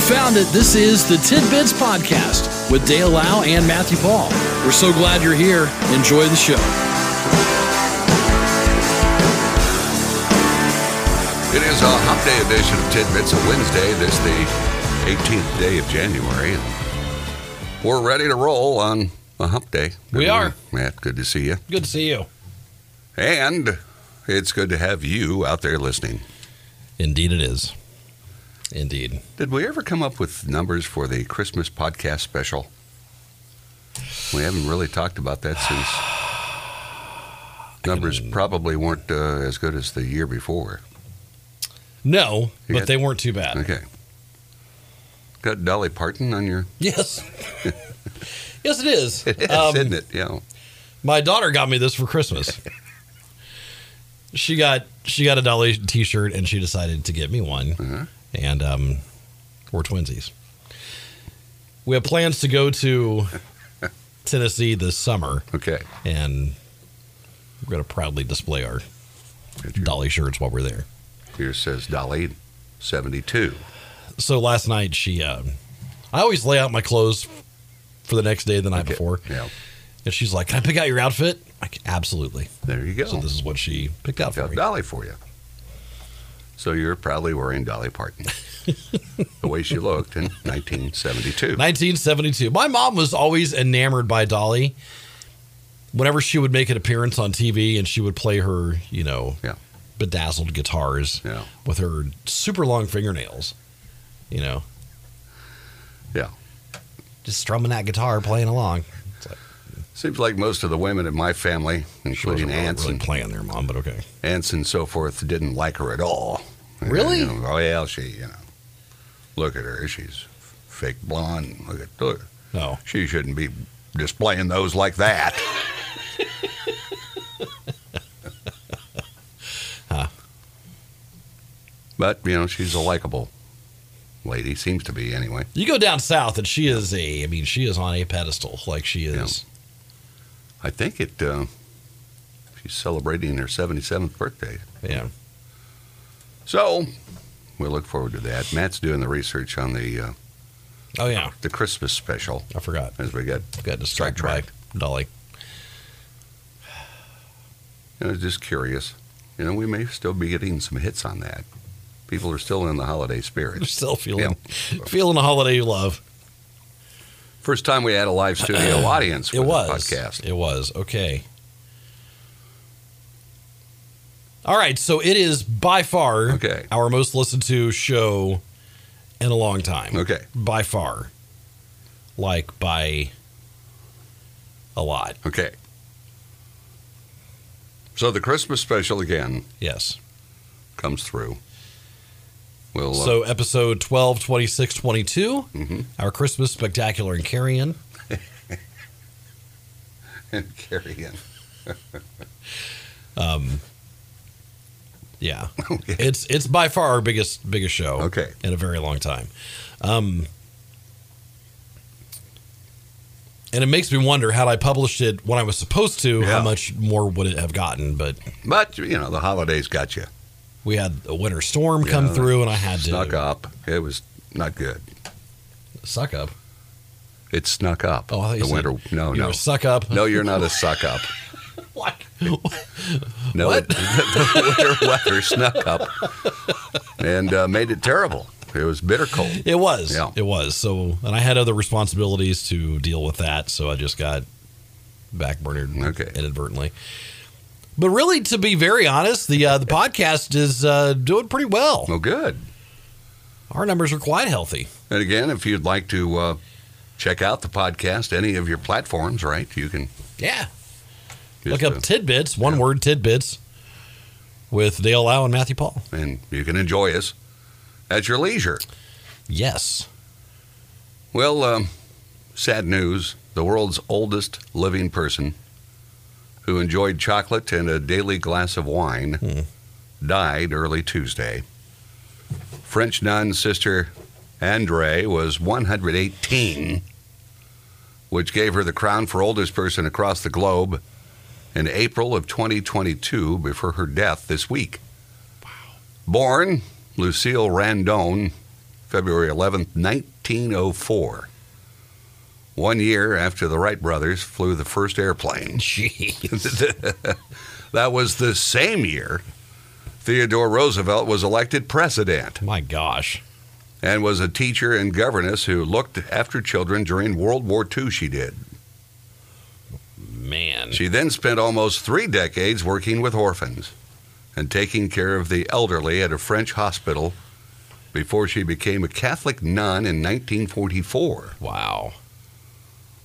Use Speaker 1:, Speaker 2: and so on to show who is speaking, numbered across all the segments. Speaker 1: found it. This is the Tidbits Podcast with Dale Lau and Matthew Paul. We're so glad you're here. Enjoy the show.
Speaker 2: It is a hump day edition of Tidbits, a Wednesday. This is the 18th day of January, and we're ready to roll on a hump day.
Speaker 3: We
Speaker 2: Good
Speaker 3: are.
Speaker 2: morning, Matt, good to see you.
Speaker 3: Good to see you.
Speaker 2: And it's good to have you out there listening.
Speaker 3: Indeed, it is. Indeed.
Speaker 2: Did we ever come up with numbers for the Christmas podcast special? We haven't really talked about that since. Numbers probably weren't uh, as good as the year before.
Speaker 3: No,
Speaker 2: You
Speaker 3: but
Speaker 2: got-
Speaker 3: they weren't too bad.
Speaker 2: Okay. Got Dolly Parton on your.
Speaker 3: Yes. yes, it is.
Speaker 2: It is,
Speaker 3: Um,
Speaker 2: isn't it? Yeah.
Speaker 3: My daughter got me this for Christmas. she got she got a Dolly T-shirt, and she decided to get me one,
Speaker 2: Uh-huh.
Speaker 3: and um, we're twinsies. We have plans to go to Tennessee this summer,
Speaker 2: Okay.
Speaker 3: and we're going to proudly display our
Speaker 2: Picture.
Speaker 3: Dolly shirts while we're there.
Speaker 2: Here says Dolly, 72.
Speaker 3: so last night she uh, i always lay out my clothes for the next day the night before
Speaker 2: Yeah.
Speaker 3: and she's like can i pick out your outfit like absolutely
Speaker 2: There you go.
Speaker 3: so this is what she picked out for
Speaker 2: Got
Speaker 3: me
Speaker 2: Dolly for you. So you're probably wearing Dolly Parton. the way she looked in 1972.
Speaker 3: 1972 my mom was always enamored by dolly whenever she would make an appearance on tv and she would play her you know
Speaker 2: Yeah.
Speaker 3: bedazzled guitars
Speaker 2: Yeah.
Speaker 3: with her super long fingernails you know
Speaker 2: Yeah.
Speaker 3: just strumming that guitar playing along it's like
Speaker 2: Seems like most of the women in my family,
Speaker 3: she wasn't
Speaker 2: including
Speaker 3: really-
Speaker 2: aunts,
Speaker 3: really
Speaker 2: and,
Speaker 3: playing there mom but okay
Speaker 2: aunts and so forth, didn't like her at all. And,
Speaker 3: Really?
Speaker 2: you know, oh, yeah, she, you know, look at her. She's fake blonde. Look at look.
Speaker 3: no
Speaker 2: She shouldn't be displaying those like that. But, you know, she's a likable lady, seems to be anyway.
Speaker 3: You go down south, and she is a. I mean, she is on a pedestal. Like she is.
Speaker 2: I think it, uh, she's celebrating her 77th birthday.
Speaker 3: Yeah.
Speaker 2: So, we look forward to that. Matt's doing the research on the uh,
Speaker 3: Oh yeah,
Speaker 2: the Christmas special
Speaker 3: I forgot.
Speaker 2: as we get.
Speaker 3: Got distracted by Dolly.
Speaker 2: I was just curious. You know, we may still be getting some hits on that. People are still in the holiday spirit.
Speaker 3: They're still feeling feeling a holiday love.
Speaker 2: First time we had a live studio audience
Speaker 3: It
Speaker 2: with
Speaker 3: was
Speaker 2: a podcast.
Speaker 3: It was okay. All right, so it is by far
Speaker 2: Okay.
Speaker 3: our most listened to show in a long time.
Speaker 2: Okay.
Speaker 3: By far, like by a lot.
Speaker 2: Okay. So the Christmas special again
Speaker 3: Yes.
Speaker 2: comes through. We'll uh,
Speaker 3: So episode 12, 26, 22,
Speaker 2: mhm.
Speaker 3: our Christmas spectacular and carry-in.
Speaker 2: and carry in.
Speaker 3: Yeah.
Speaker 2: Okay.
Speaker 3: It's it's by far our biggest biggest show
Speaker 2: Okay.
Speaker 3: in a very long time. Um and it makes me wonder had I published it when I was supposed to,
Speaker 2: Yeah.
Speaker 3: how much more would it have gotten? But
Speaker 2: But you know the holidays got you
Speaker 3: we had a winter storm
Speaker 2: Yeah,
Speaker 3: come
Speaker 2: that
Speaker 3: through and I had to
Speaker 2: snuck up. It was not good.
Speaker 3: suck up.
Speaker 2: It snuck up.
Speaker 3: Oh, I thought you
Speaker 2: the
Speaker 3: said
Speaker 2: winter. No,
Speaker 3: you
Speaker 2: no,
Speaker 3: know, suck up.
Speaker 2: no. You're not a suck up.
Speaker 3: Like,
Speaker 2: No,
Speaker 3: What?
Speaker 2: It, the winter weather snuck up and uh, made it terrible. It was bitter cold.
Speaker 3: It was.
Speaker 2: Yeah.
Speaker 3: It was. So, and I had other responsibilities to deal with that, so I just got backburnered
Speaker 2: Okay.
Speaker 3: inadvertently. But really, to be very honest, the uh, the podcast is uh, doing pretty well.
Speaker 2: Well, good.
Speaker 3: Our numbers are quite healthy.
Speaker 2: And again, if you'd like to uh, check out the podcast, any of your platforms, right? You can
Speaker 3: Yeah. Look
Speaker 2: just,
Speaker 3: up tidbits, one word tidbits, with Dale Lau and Matthew Paul.
Speaker 2: uh, and you can enjoy us at your leisure.
Speaker 3: Yes.
Speaker 2: Well, um, sad news: the world's oldest living person, who enjoyed chocolate and a daily glass of wine,
Speaker 3: Hmm.
Speaker 2: died early Tuesday. French nun Sister Andre was 118, which gave her the crown for oldest person across the globe in April of 2022 before her death this week. Born Lucille Randone February 11th, 1904. One year after the Wright brothers flew the first airplane.
Speaker 3: Jeez.
Speaker 2: That was the same year Theodore Roosevelt was elected president
Speaker 3: My gosh.
Speaker 2: and was a teacher and governess who looked after children during World War II, she did.
Speaker 3: Man.
Speaker 2: She then spent almost three decades working with orphans and taking care of the elderly at a French hospital before she became a Catholic nun in 1944.
Speaker 3: Wow.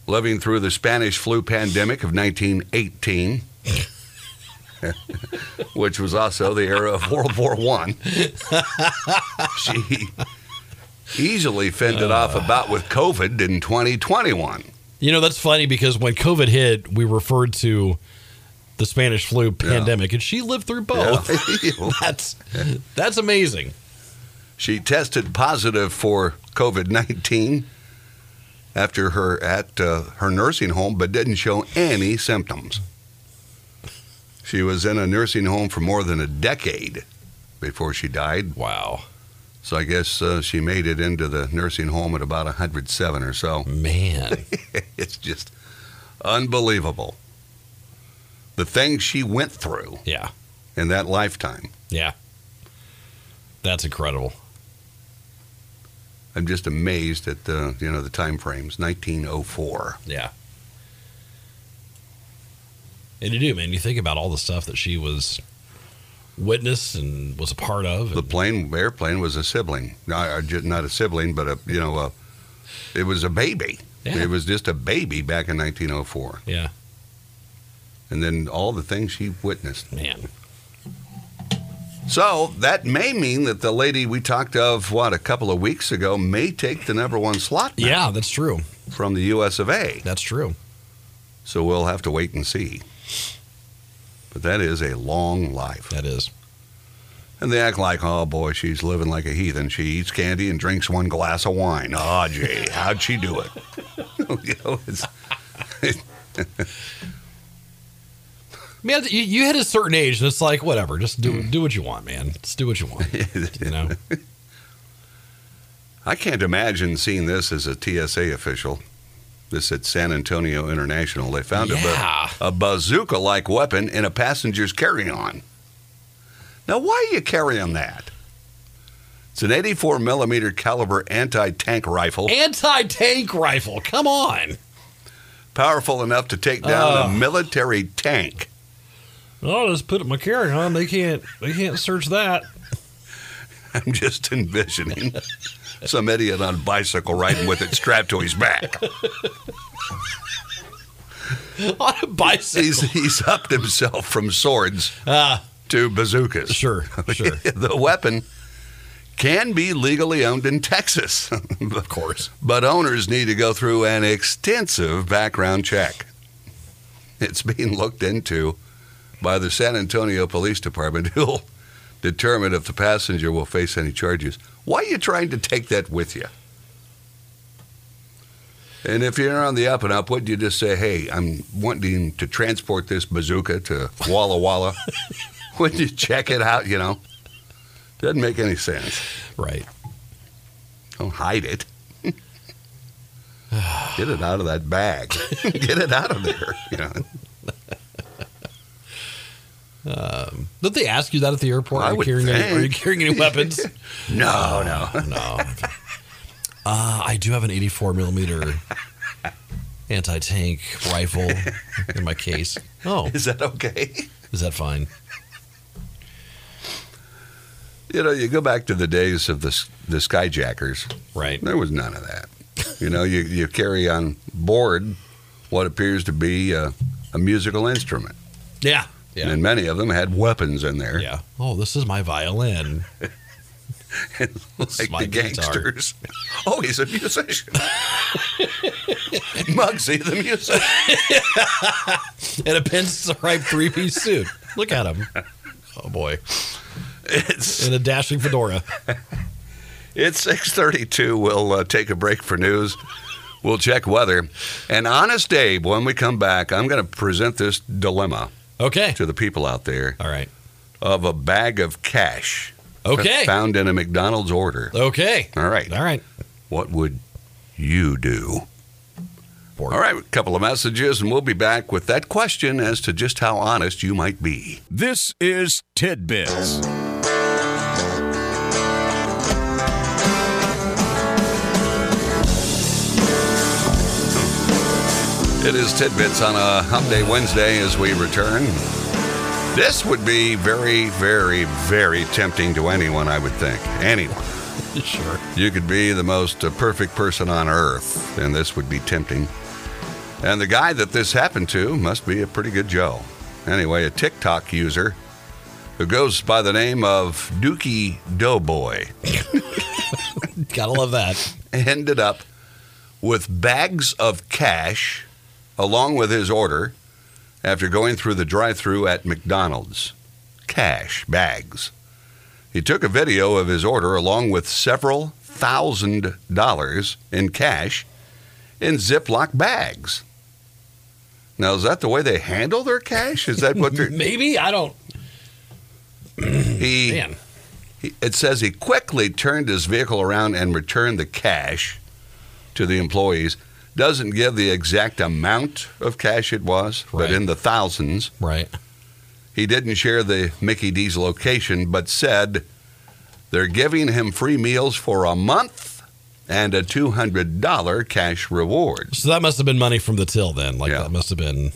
Speaker 2: Living through the Spanish flu pandemic of 1918, which was also the era of World War I, she easily fended off a bout with COVID in 2021.
Speaker 3: You know, that's funny because when COVID hit, we referred to the Spanish flu pandemic, and she lived through both.
Speaker 2: Yeah.
Speaker 3: That's that's amazing.
Speaker 2: She tested positive for COVID 19 after her at uh, her nursing home, but didn't show any symptoms. She was in a nursing home for more than a decade before she died.
Speaker 3: Wow.
Speaker 2: So I guess uh, she made it into the nursing home at about 107 or so.
Speaker 3: Man.
Speaker 2: it's just unbelievable. The things she went through
Speaker 3: Yeah.
Speaker 2: in that lifetime.
Speaker 3: Yeah. That's incredible.
Speaker 2: I'm just amazed at the you know the time frames. 1904.
Speaker 3: Yeah. And you do, man. You think about all the stuff that she was witness and was a part of.
Speaker 2: The
Speaker 3: and-
Speaker 2: plane airplane was a sibling, not, uh, ju- not a sibling, but a you know a, it was a baby.
Speaker 3: Yeah.
Speaker 2: It was just a baby back in 1904,
Speaker 3: yeah.
Speaker 2: and then all the things she witnessed.
Speaker 3: Man.
Speaker 2: So that may mean that the lady we talked of what a couple of weeks ago may take the number one slot now
Speaker 3: Yeah, that's true.
Speaker 2: from the U.S. of A.
Speaker 3: That's true.
Speaker 2: So we'll have to wait and see. But that is a long life.
Speaker 3: That is.
Speaker 2: And they act like, oh boy, she's living like a heathen. She eats candy and drinks one glass of wine. Oh, gee, how'd she do it? you know, it's,
Speaker 3: Man, you, you hit a certain age, and it's like whatever. Just do do what you want, man. Just do what you want. You know,
Speaker 2: I can't imagine seeing this as a TSA official. This at San Antonio International. They found a,
Speaker 3: Yeah.
Speaker 2: ba- a bazooka like weapon in a passenger's carry on. Now, why are you carrying that? It's an 84 millimeter caliber anti tank rifle,
Speaker 3: anti tank rifle. Come on.
Speaker 2: powerful enough to take down a military tank.
Speaker 3: I'll just put my carry on. They can't. They can't search that.
Speaker 2: I'm just envisioning some idiot on a bicycle riding with it strapped to his back.
Speaker 3: On a bicycle.
Speaker 2: He's, he's upped himself from swords
Speaker 3: Ah,
Speaker 2: to bazookas.
Speaker 3: sure, sure.
Speaker 2: the weapon can be legally owned in Texas, of
Speaker 3: course.
Speaker 2: but owners need to go through an extensive background check. It's being looked into by the San Antonio Police Department, who'll determine if the passenger will face any charges. Why are you trying to take that with you? And if you're on the up and up, wouldn't you just say, hey, I'm wanting to transport this bazooka to Walla Walla? wouldn't you check it out, you know? Doesn't make any sense.
Speaker 3: Right.
Speaker 2: Don't hide it. Get it out of that bag. Get it out of there. You know,
Speaker 3: Don't they ask you that at the airport?
Speaker 2: I
Speaker 3: Are you
Speaker 2: would
Speaker 3: carrying any,
Speaker 2: think.
Speaker 3: Are you carrying any weapons?
Speaker 2: no, no.
Speaker 3: no. Uh, I do have an 84 millimeter anti tank rifle in my case. Oh,
Speaker 2: Is that okay?
Speaker 3: is that fine?
Speaker 2: You know, you go back to the days of the s- the skyjackers.
Speaker 3: Right.
Speaker 2: There was none of that. You know, you you carry on board what appears to be a, a musical instrument,
Speaker 3: Yeah. Yeah.
Speaker 2: and many of them had weapons in there.
Speaker 3: Yeah. Oh, this is my violin. This is
Speaker 2: like
Speaker 3: my
Speaker 2: the
Speaker 3: guitar.
Speaker 2: gangsters. Oh, he's a musician. Muggsy, the musician.
Speaker 3: And a pinstripe three piece suit. Look at him. Oh boy.
Speaker 2: It's
Speaker 3: And a dashing fedora.
Speaker 2: It's 6:32. We'll uh, take a break for news. We'll check weather. And honest Abe, when we come back, I'm going to present this dilemma
Speaker 3: Okay.
Speaker 2: to the people out there
Speaker 3: All right.
Speaker 2: of a bag of cash
Speaker 3: Okay.
Speaker 2: Found in a McDonald's order.
Speaker 3: Okay.
Speaker 2: All right.
Speaker 3: All right.
Speaker 2: What would you do?
Speaker 3: Pork.
Speaker 2: All right, a couple of messages, and we'll be back with that question as to just how honest you might be.
Speaker 4: This is Tidbits.
Speaker 2: It is Tidbits on a Hump Day Wednesday as we return. This would be very, very, very tempting to anyone, I would think. Anyone.
Speaker 3: Sure.
Speaker 2: You could be the most uh, perfect person on earth, and this would be tempting. And the guy that this happened to must be a pretty good Joe. Anyway, a TikTok user who goes by the name of Dookie Doughboy
Speaker 3: Gotta love that.
Speaker 2: ended up with bags of cash along with his order after going through the drive through at McDonald's. Cash, bags. He took a video of his order along with several thousand dollars in cash in Ziploc bags. Now, is that the way they handle their cash? Is that what they're.
Speaker 3: Maybe I don't.
Speaker 2: He,
Speaker 3: Man.
Speaker 2: He- It says he quickly turned his vehicle around and returned the cash to the employees. Doesn't give the exact amount of cash it was,
Speaker 3: Right.
Speaker 2: but in the thousands.
Speaker 3: Right.
Speaker 2: He didn't share the Mickey D's location, but said they're giving him free meals for a month and a $200 cash reward.
Speaker 3: So that must have been money from the till then. Like
Speaker 2: Yeah.
Speaker 3: that must have been.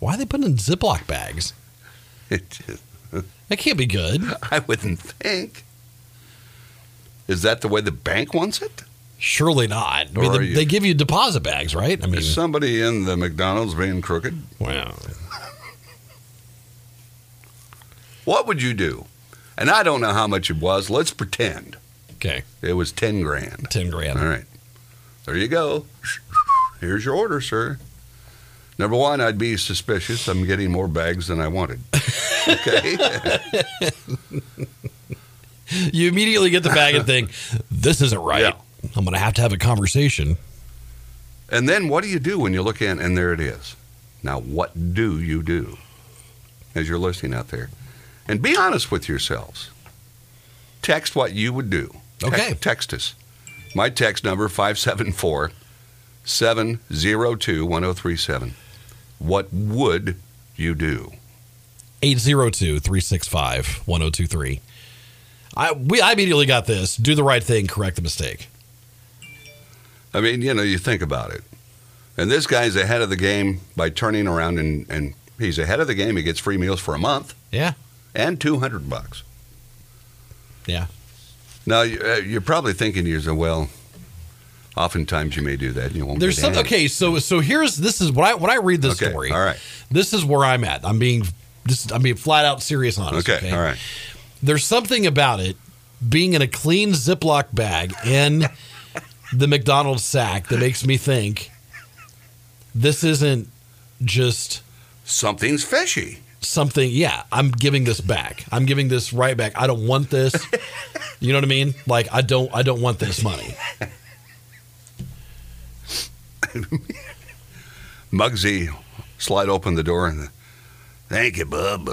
Speaker 3: Why are they putting in Ziploc bags?
Speaker 2: It,
Speaker 3: That can't be good.
Speaker 2: I wouldn't think. Is that the way the bank wants it?
Speaker 3: Surely not. I mean,
Speaker 2: Or are
Speaker 3: they,
Speaker 2: you-
Speaker 3: they give you deposit bags, right? I mean,
Speaker 2: Is somebody in the McDonald's being crooked?
Speaker 3: wow.
Speaker 2: What would you do? And I don't know how much it was. Let's pretend
Speaker 3: Okay,
Speaker 2: it was 10 grand.
Speaker 3: ten grand.
Speaker 2: All right. There you go. Here's your order, sir. Number one, I'd be suspicious. I'm getting more bags than I wanted. Okay.
Speaker 3: You immediately get the bag and think, "This isn't right."
Speaker 2: Yeah.
Speaker 3: I'm going to have to have a conversation.
Speaker 2: and then what do you do when you look in and there it is? Now, what do you do as you're listening out there? And be honest with yourselves. Text what you would do.
Speaker 3: Okay.
Speaker 2: Te- text us. My text number 574 702 1037. What would you do?
Speaker 3: 802-365-1023. I we I immediately got this. Do the right thing, correct the mistake.
Speaker 2: I mean, you know, you think about it. And this guy's ahead of the game by turning around and, and he's ahead of the game. He gets free meals for a month
Speaker 3: Yeah.
Speaker 2: and 200 bucks.
Speaker 3: Yeah.
Speaker 2: Now, you- uh, you're probably thinking to yourself, well, oftentimes you may do that. and You won't
Speaker 3: There's
Speaker 2: get
Speaker 3: some
Speaker 2: ahead.
Speaker 3: okay, so so here's this is when I when I read this
Speaker 2: Okay,
Speaker 3: story.
Speaker 2: all right.
Speaker 3: This is where I'm at. I'm being just I'm being flat out serious and honest.
Speaker 2: Okay,
Speaker 3: Okay,
Speaker 2: all right.
Speaker 3: There's something about it being in a clean Ziploc bag in the McDonald's sack that makes me think this isn't just
Speaker 2: Something's fishy.
Speaker 3: something. Yeah, I'm giving this back. I'm giving this right back. I don't want this. you know what I mean? Like I don't I don't want this money.
Speaker 2: Muggsy slide open the door and thank you, bub.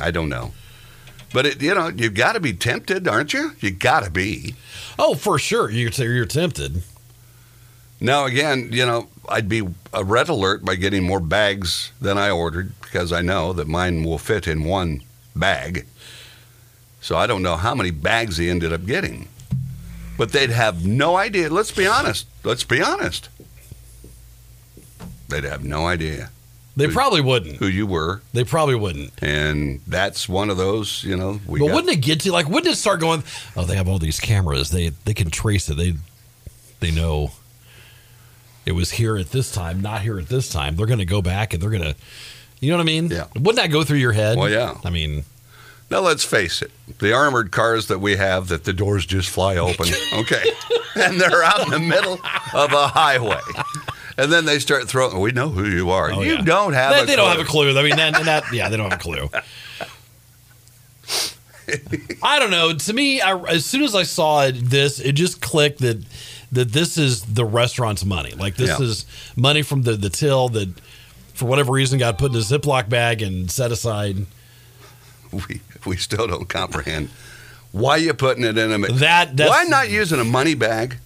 Speaker 2: I don't know. But it, you know, you've got to be tempted, aren't you? You got to be.
Speaker 3: Oh, for sure. You're you're tempted.
Speaker 2: Now again, you know, I'd be a red alert by getting more bags than I ordered because I know that mine will fit in one bag. So I don't know how many bags he ended up getting. But they'd have no idea. Let's be honest. Let's be honest. They'd have no idea
Speaker 3: They
Speaker 2: Who-
Speaker 3: probably wouldn't.
Speaker 2: who you were
Speaker 3: They probably wouldn't.
Speaker 2: and that's one of those you know we
Speaker 3: But
Speaker 2: got-
Speaker 3: wouldn't it get to like? Wouldn't it start going? Oh, they have all these cameras. They they can trace it. They they know it was here at this time, not here at this time. They're going to go back and they're going to, you know what I mean?
Speaker 2: Yeah.
Speaker 3: Wouldn't that go through your head?
Speaker 2: Well, yeah.
Speaker 3: I mean,
Speaker 2: now let's face it the armored cars that we have that the doors just fly open okay and they're out in the middle of a highway and then they start throwing we know who you are
Speaker 3: oh,
Speaker 2: you
Speaker 3: yeah.
Speaker 2: don't have
Speaker 3: They,
Speaker 2: a
Speaker 3: they don't have a
Speaker 2: clue.
Speaker 3: clue. I mean, that, and that yeah, they don't have a clue. I don't know. To me, I, as soon as I saw it, this it just clicked that that this is the restaurant's money. Like this
Speaker 2: Yeah.
Speaker 3: is money from the the till that, for whatever reason, got put in a Ziploc bag and set aside
Speaker 2: we we still don't comprehend why you putting it in a. ma-
Speaker 3: That- that's-
Speaker 2: why not using a money bag?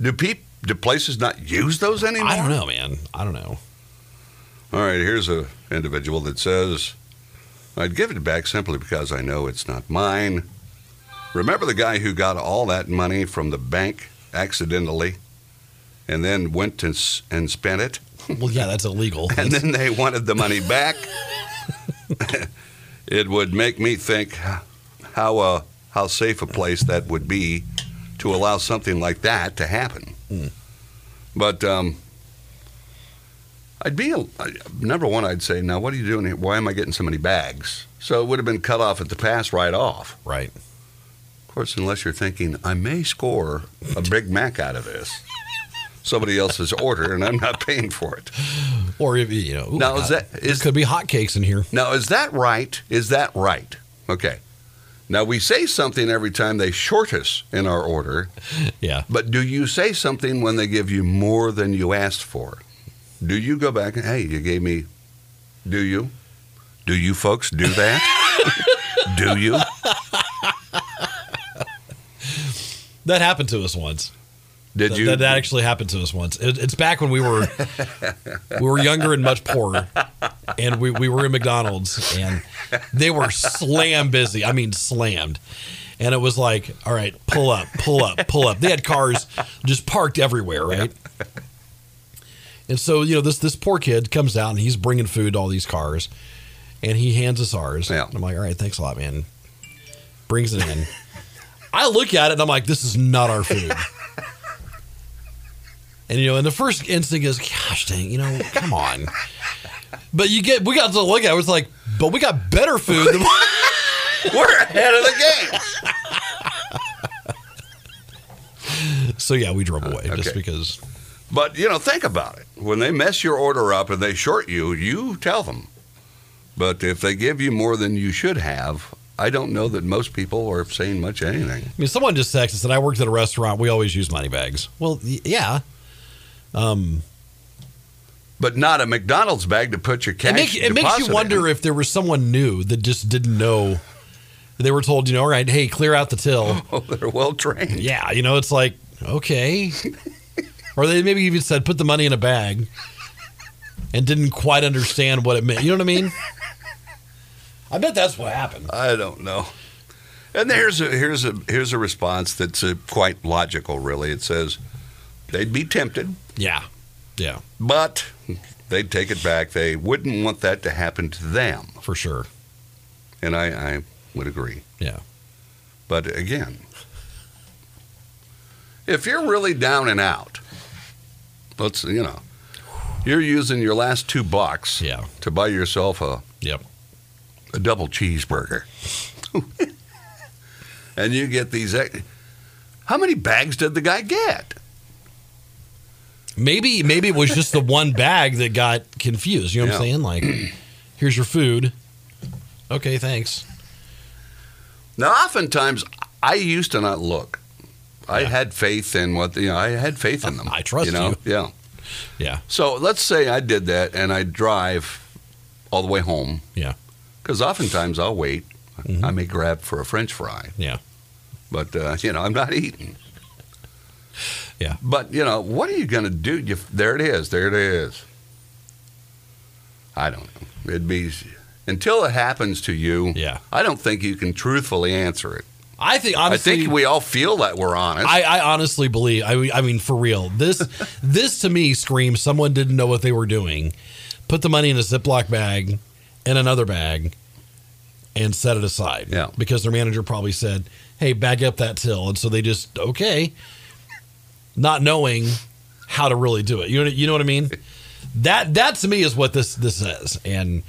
Speaker 2: Do peop, do places not use those anymore?
Speaker 3: I don't know, man. I don't know.
Speaker 2: All right, here's a individual that says, "I'd give it back simply because I know it's not mine." Remember the guy who got all that money from the bank accidentally, and then went and, s- and spent it.
Speaker 3: Well, yeah, that's illegal.
Speaker 2: and then they wanted the money back. it would make me think how uh, how safe a place that would be to allow something like that to happen. But um, I'd be a, I, number one. I'd say, now what are you doing here? Why am I getting so many bags? So it would have been cut off at the pass right off.
Speaker 3: right.
Speaker 2: Of course, unless you're thinking, I may score a Big Mac out of this, somebody else's order, and I'm not paying for it.
Speaker 3: Or if you know, ooh,
Speaker 2: Now,
Speaker 3: Oh,
Speaker 2: is
Speaker 3: God,
Speaker 2: that-
Speaker 3: there
Speaker 2: is-
Speaker 3: could be hotcakes in here.
Speaker 2: Now, is that right? Is that right? Okay. Now, we say something every time they short us in our order,
Speaker 3: Yeah.
Speaker 2: but do you say something when they give you more than you asked for? Do you go back and, hey, you gave me, do you? Do you folks do that? do you?
Speaker 3: That happened to us once.
Speaker 2: Did
Speaker 3: That,
Speaker 2: you?
Speaker 3: that, that actually happened to us once. It, it's back when we were we were younger and much poorer, and we, we were in McDonald's, and they were slam busy. I mean, slammed. And it was like, all right, pull up, pull up, pull up. They had cars just parked everywhere, right? And so you know this this poor kid comes out and he's bringing food to all these cars, and he hands us ours.
Speaker 2: Yeah.
Speaker 3: And I'm like, all right, thanks a lot, man. Brings it in. I look at it and I'm like, this is not our food. and you know, and the first instinct is, gosh dang, you know, come on. But you get, we got to look at it. It's like, but we got better food. Than
Speaker 2: We're ahead of the game.
Speaker 3: so yeah, we drove away
Speaker 2: okay.
Speaker 3: just because.
Speaker 2: But you know, think about it. When they mess your order up and they short you, you tell them. But if they give you more than you should have, I don't know that most people are saying much of anything.
Speaker 3: I mean, someone just texted and said, I worked at a restaurant. We always use money bags. Well, y- yeah, Um,
Speaker 2: But not a McDonald's bag to put your cash.
Speaker 3: it makes it makes you
Speaker 2: deposit eh?
Speaker 3: wonder
Speaker 2: in.
Speaker 3: if there was someone new that just didn't know. They were told, you know, all right, hey, clear out the till.
Speaker 2: Oh, they're well trained.
Speaker 3: yeah, you know, it's like, okay. or they maybe even said, put the money in a bag and didn't quite understand what it meant. You know what I mean? I bet that's what happened.
Speaker 2: I don't know. And here's a here's a here's a response that's uh quite logical. Really, it says they'd be tempted,
Speaker 3: Yeah. Yeah,
Speaker 2: but they'd take it back. They wouldn't want that to happen to them,
Speaker 3: for sure.
Speaker 2: and I, I would agree.
Speaker 3: Yeah.
Speaker 2: But again, if you're really down and out, let's you know, you're using your last two bucks
Speaker 3: Yeah.
Speaker 2: to buy yourself a,
Speaker 3: Yep.
Speaker 2: a double cheeseburger, and you get these. ex- How many bags did the guy get?
Speaker 3: Maybe maybe it was just the one bag that got confused. You know what
Speaker 2: Yeah.
Speaker 3: I'm saying? Like, here's your food. Okay, thanks.
Speaker 2: Now, oftentimes, I used to not look. I had faith in what you know. I had faith in them.
Speaker 3: I trust
Speaker 2: you. Know?
Speaker 3: you.
Speaker 2: Yeah.
Speaker 3: Yeah.
Speaker 2: So let's say I did that, and I drive all the way home.
Speaker 3: Yeah. Mm-hmm.
Speaker 2: Because oftentimes I'll wait. I may grab for a French fry,
Speaker 3: Yeah.
Speaker 2: but uh, you know I'm not eating.
Speaker 3: Yeah.
Speaker 2: But you know what are you going to do? You, there it is. There it is. I don't know. It'd be until it happens to you.
Speaker 3: Yeah.
Speaker 2: I don't think you can truthfully answer it.
Speaker 3: I think honestly
Speaker 2: I think we all feel that we're honest.
Speaker 3: I, I honestly believe. I, mean- I mean, for real, this this to me screams someone didn't know what they were doing. Put the money in a Ziploc bag, in another bag, and set it aside.
Speaker 2: Yeah.
Speaker 3: because their manager probably said, "Hey, bag up that till," and so they just okay, not knowing how to really do it. You know, you know what I mean? That that to me is what this this is, and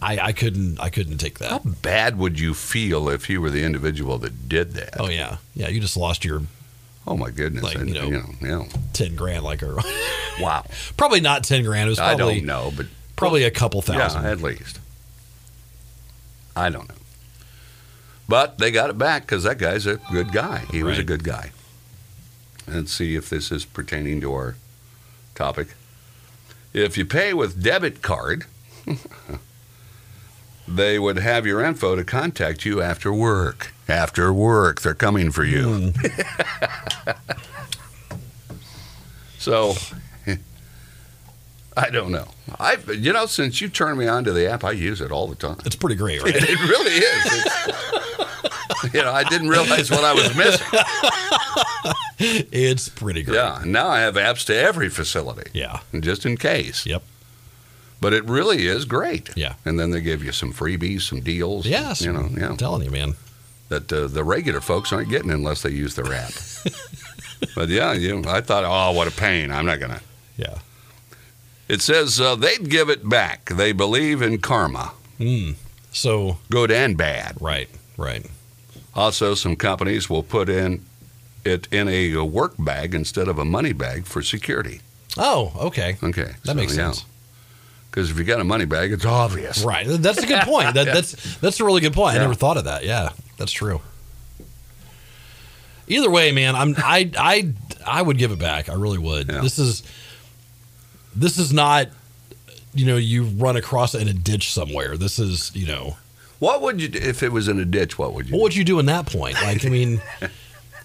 Speaker 3: I I couldn't I couldn't take that.
Speaker 2: How bad would you feel if you were the individual that did that?
Speaker 3: Oh yeah, yeah. You just lost your
Speaker 2: Oh my goodness!
Speaker 3: Like,
Speaker 2: I-
Speaker 3: you know.
Speaker 2: yeah.
Speaker 3: ten grand, like or
Speaker 2: Wow.
Speaker 3: probably not ten grand. It was
Speaker 2: I
Speaker 3: probably
Speaker 2: don't know, but
Speaker 3: Probably a couple thousand.
Speaker 2: Yeah, at least. I don't know. But they got it back because that guy's a good guy. He was a
Speaker 3: Right.
Speaker 2: good guy. Let's see if this is pertaining to our topic. If you pay with debit card, they would have your info to contact you after work. After work, they're coming for
Speaker 3: Hmm.
Speaker 2: you.
Speaker 3: Mm,
Speaker 2: so, I don't know. I, have you know, since you turned me on to the app, I use it all the time.
Speaker 3: It's pretty great, right?
Speaker 2: It really is. It's- you know, I didn't realize what I was missing.
Speaker 3: it's pretty great.
Speaker 2: Yeah, now I have apps to every facility,
Speaker 3: Yeah.
Speaker 2: just in case.
Speaker 3: Yep.
Speaker 2: But it really is great.
Speaker 3: Yeah.
Speaker 2: And then they give you some freebies, some deals.
Speaker 3: Yes.
Speaker 2: You know, yeah.
Speaker 3: I'm telling you, man.
Speaker 2: that uh, the regular folks aren't getting unless they use their app. but yeah, you, I thought, oh, what a pain. I'm not going to.
Speaker 3: Yeah.
Speaker 2: It says uh, they'd give it back. They believe in karma,
Speaker 3: Mm. So
Speaker 2: good and bad.
Speaker 3: right, right.
Speaker 2: Also, some companies will put in it in a work bag instead of a money bag for security.
Speaker 3: Oh, okay.
Speaker 2: Okay,
Speaker 3: That makes sense.
Speaker 2: Because if you got a money bag, it's obvious.
Speaker 3: Right. That's a good point. That, That's that's a really good point.
Speaker 2: Yeah.
Speaker 3: I never thought of that. Yeah, that's true. Either way, man, I'm I I I would give it back. I really would.
Speaker 2: Yeah.
Speaker 3: This is this is not you know you run across it in a ditch somewhere. This is you know
Speaker 2: What would you do if it was in a ditch? What would you?
Speaker 3: what
Speaker 2: do?
Speaker 3: would you do in that point? Like I mean.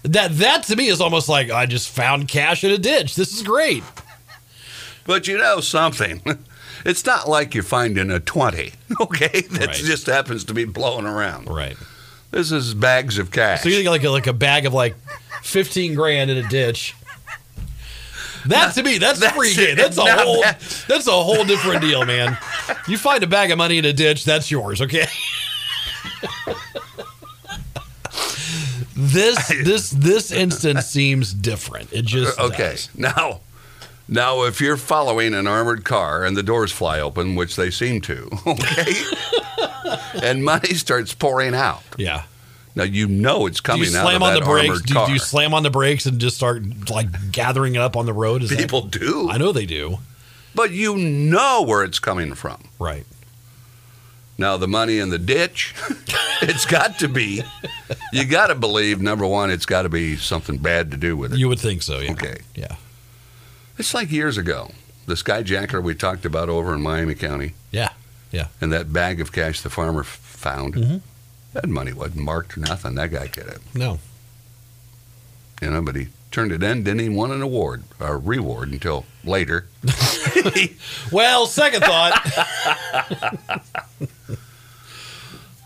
Speaker 3: That that to me is almost like I just found cash in a ditch. This is great.
Speaker 2: But you know something. It's not like you're finding a 20, okay? That
Speaker 3: Right.
Speaker 2: just happens to be blowing around.
Speaker 3: Right.
Speaker 2: This is bags of cash.
Speaker 3: So you think like a, like a bag of like fifteen grand in a ditch. That to me, that's, free game.
Speaker 2: it.
Speaker 3: That's a
Speaker 2: Now
Speaker 3: whole
Speaker 2: that-
Speaker 3: that's a whole different deal, man. You find a bag of money in a ditch, that's yours, okay? this this this instance seems different. It just
Speaker 2: Uh, okay.
Speaker 3: does.
Speaker 2: Now, now if you're following an armored car and the doors fly open, which they seem to, okay? and money starts pouring out.
Speaker 3: Yeah.
Speaker 2: Now you know it's
Speaker 3: Do you
Speaker 2: coming out
Speaker 3: slam
Speaker 2: of
Speaker 3: on
Speaker 2: that
Speaker 3: the brakes?
Speaker 2: armored
Speaker 3: Do,
Speaker 2: car.
Speaker 3: do you slam on the brakes and just start like gathering it up on the road? Is that-
Speaker 2: People do.
Speaker 3: I know they do.
Speaker 2: But you know where it's coming from.
Speaker 3: Right.
Speaker 2: Now the money in the ditch, it's got to be. You got to believe number one, it's got to be something bad to do with it.
Speaker 3: You would think so, yeah.
Speaker 2: Okay.
Speaker 3: Yeah.
Speaker 2: It's like years ago, the skyjacker we talked about over in Miami County,
Speaker 3: Yeah.
Speaker 2: and that bag of cash the farmer f- found.
Speaker 3: Mm-hmm.
Speaker 2: That money wasn't marked or nothing. That guy get it,
Speaker 3: No.
Speaker 2: you know. But he turned it in. Didn't even want an award or reward until later.
Speaker 3: Well, second thought.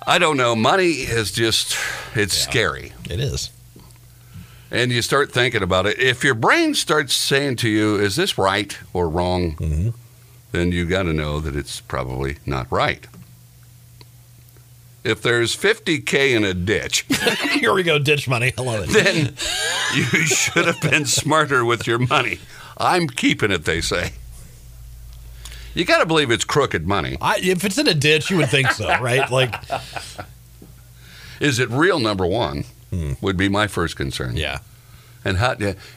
Speaker 2: I don't know. Money is just—it's
Speaker 3: Yeah.
Speaker 2: scary.
Speaker 3: it is.
Speaker 2: and you start thinking about it. If your brain starts saying to you, "Is this right or wrong?"
Speaker 3: Mhm.
Speaker 2: then you got to know that it's probably not right. If there's 50k in a ditch,
Speaker 3: Here we go, ditch money. I love it.
Speaker 2: then you should have been smarter with your money. I'm keeping it, they say. You got to believe it's crooked money.
Speaker 3: I, if it's in a ditch, you would think so, right? Like,
Speaker 2: Is it real? Number one would be my first concern.
Speaker 3: yeah,
Speaker 2: And how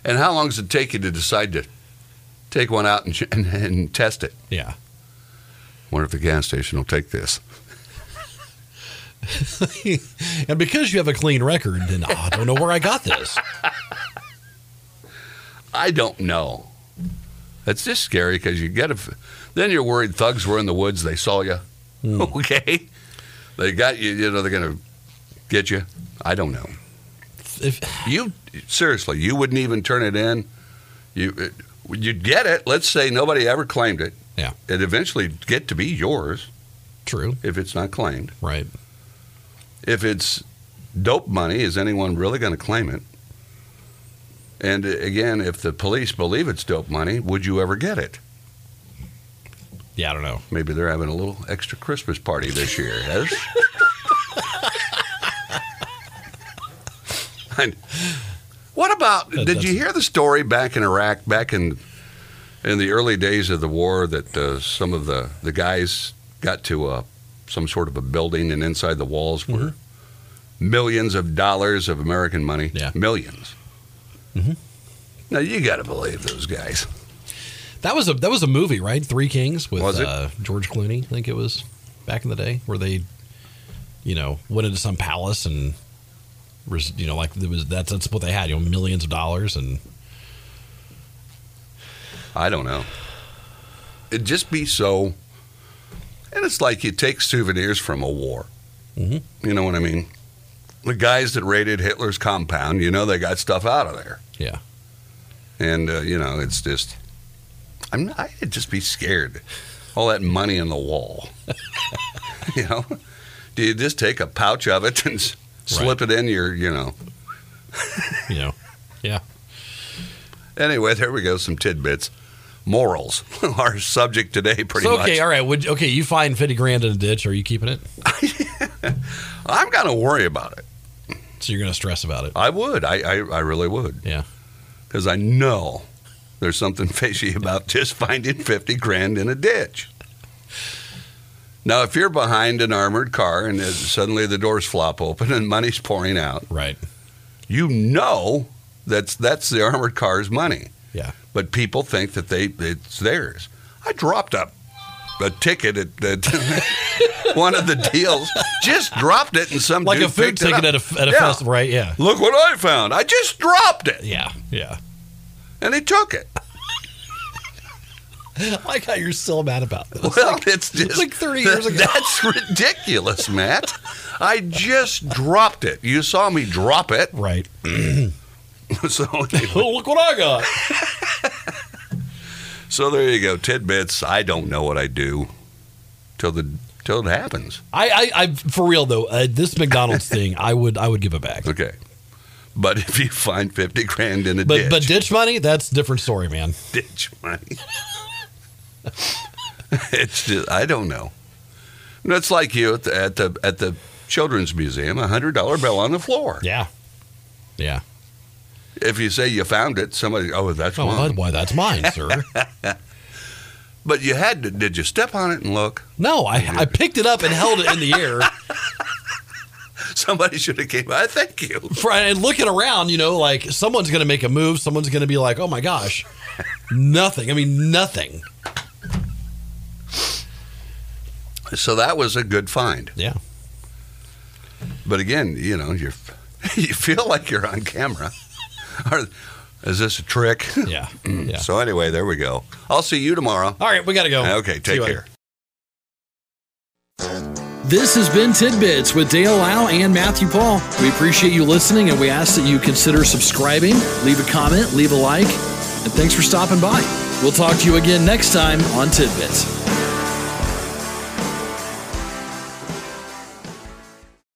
Speaker 2: and how long does it take you to decide to take one out and, and, and test it?
Speaker 3: yeah.
Speaker 2: Wonder if the gas station will take this.
Speaker 3: and because you have a clean record, then oh, I don't know where I got this.
Speaker 2: I don't know. It's just scary because you get a. Then you're worried thugs were in the woods. They saw you. Okay. They got you. You know they're gonna get you. I don't know.
Speaker 3: If
Speaker 2: You seriously, you wouldn't even turn it in. You it, you'd get it. Let's say nobody ever claimed it.
Speaker 3: Yeah.
Speaker 2: It eventually get to be yours
Speaker 3: true,
Speaker 2: if it's not claimed.
Speaker 3: right?
Speaker 2: If it's dope money, is anyone really going to claim it? And uh, again, if the police believe it's dope money, would you ever get it?
Speaker 3: Yeah, I don't know.
Speaker 2: Maybe they're having a little extra Christmas party this year. Yes. And what about?
Speaker 3: That-
Speaker 2: did you
Speaker 3: that's-
Speaker 2: hear the story back in Iraq, back in in the early days of the war, that uh, some of the the guys got to uh, some sort of a building, and inside the walls were millions of dollars of American money.
Speaker 3: Mm-hmm. Yeah. Mm-hmm.
Speaker 2: 1000000s Now you got to believe those guys.
Speaker 3: That was a that was a movie, right? Three Kings with
Speaker 2: Was it?
Speaker 3: uh, George Clooney. I think it was back in the day where they, you know, went into some palace and, res, you know, like it was that's that's what they had. You know, millions of dollars and
Speaker 2: I don't know. It'd just be so. And it's like you take souvenirs from a war. You know what I mean? The guys that raided Hitler's compound, you know, they got stuff out of there.
Speaker 3: Yeah.
Speaker 2: And, uh, you know, it's just, I'm, I'd just be scared. All that money in the wall. you know? Do you just take a pouch of it and s- slip it in your, you know?
Speaker 3: You know. Yeah.
Speaker 2: Anyway, there we go. Some tidbits. Morals. Our subject today, pretty
Speaker 3: So,
Speaker 2: much.
Speaker 3: okay, all right. Would, okay, you find fifty grand in a ditch. Are you keeping it?
Speaker 2: I'm going to worry about it.
Speaker 3: So you're gonna stress about it.
Speaker 2: I would. I, I, I really would.
Speaker 3: Yeah.
Speaker 2: because I know there's something fishy about just finding 50 grand in a ditch. Now, if you're behind an armored car and it- suddenly the doors flop open and money's pouring out,
Speaker 3: Right.
Speaker 2: you know that's that's the armored car's money.
Speaker 3: Yeah.
Speaker 2: But people think that they it's theirs. I dropped a a ticket at, at one of the deals. Just dropped it and some
Speaker 3: Like
Speaker 2: dude
Speaker 3: a food
Speaker 2: picked it
Speaker 3: ticket
Speaker 2: up.
Speaker 3: at a at a
Speaker 2: Yeah.
Speaker 3: festival, right? Yeah.
Speaker 2: Look what I found! I just dropped it,
Speaker 3: Yeah. Yeah.
Speaker 2: and he took it.
Speaker 3: I like how you're still mad about this.
Speaker 2: Well, it's just
Speaker 3: like 30 years ago.
Speaker 2: That's ridiculous, Matt. I just dropped it. You saw me drop it.
Speaker 3: Right.
Speaker 2: Mm-hmm. So,
Speaker 3: Oh, look what I got.
Speaker 2: so there you go. Tidbits. I don't know what I do till the till it happens.
Speaker 3: I, I, I for real though, uh, this McDonald's thing, I would, I would give it back.
Speaker 2: Okay. But if you find fifty grand in a
Speaker 3: But,
Speaker 2: ditch,
Speaker 3: but ditch money, that's a different story, man.
Speaker 2: ditch money. it's just I don't know. That's like you at the at the at the children's museum, a hundred dollar bill on the floor.
Speaker 3: Yeah. Yeah.
Speaker 2: If you say you found it, somebody oh that's
Speaker 3: Oh,
Speaker 2: mine.
Speaker 3: well, that- why that's mine, sir.
Speaker 2: But you had to. Did you step on it and look?
Speaker 3: No, I, I picked it up and held it in the air,
Speaker 2: Somebody should have came. I thank you.
Speaker 3: for, and looking around. You know, like someone's going to make a move. Someone's going to be like, "Oh my gosh, nothing." I mean, nothing.
Speaker 2: So that was a good find.
Speaker 3: Yeah.
Speaker 2: But again, you know, you you feel like you're on camera. Or, is this a trick?
Speaker 3: Yeah. Yeah.
Speaker 2: So anyway, there we go. I'll see you tomorrow.
Speaker 3: All right, we got to go.
Speaker 2: Okay,
Speaker 3: See you
Speaker 2: take
Speaker 3: later.
Speaker 2: care.
Speaker 1: This has been Tidbits with Dale Lau and Matthew Paul. We appreciate you listening and we ask that you consider subscribing, leave a comment, leave a like, and thanks for stopping by. We'll talk to you again next time on Tidbits.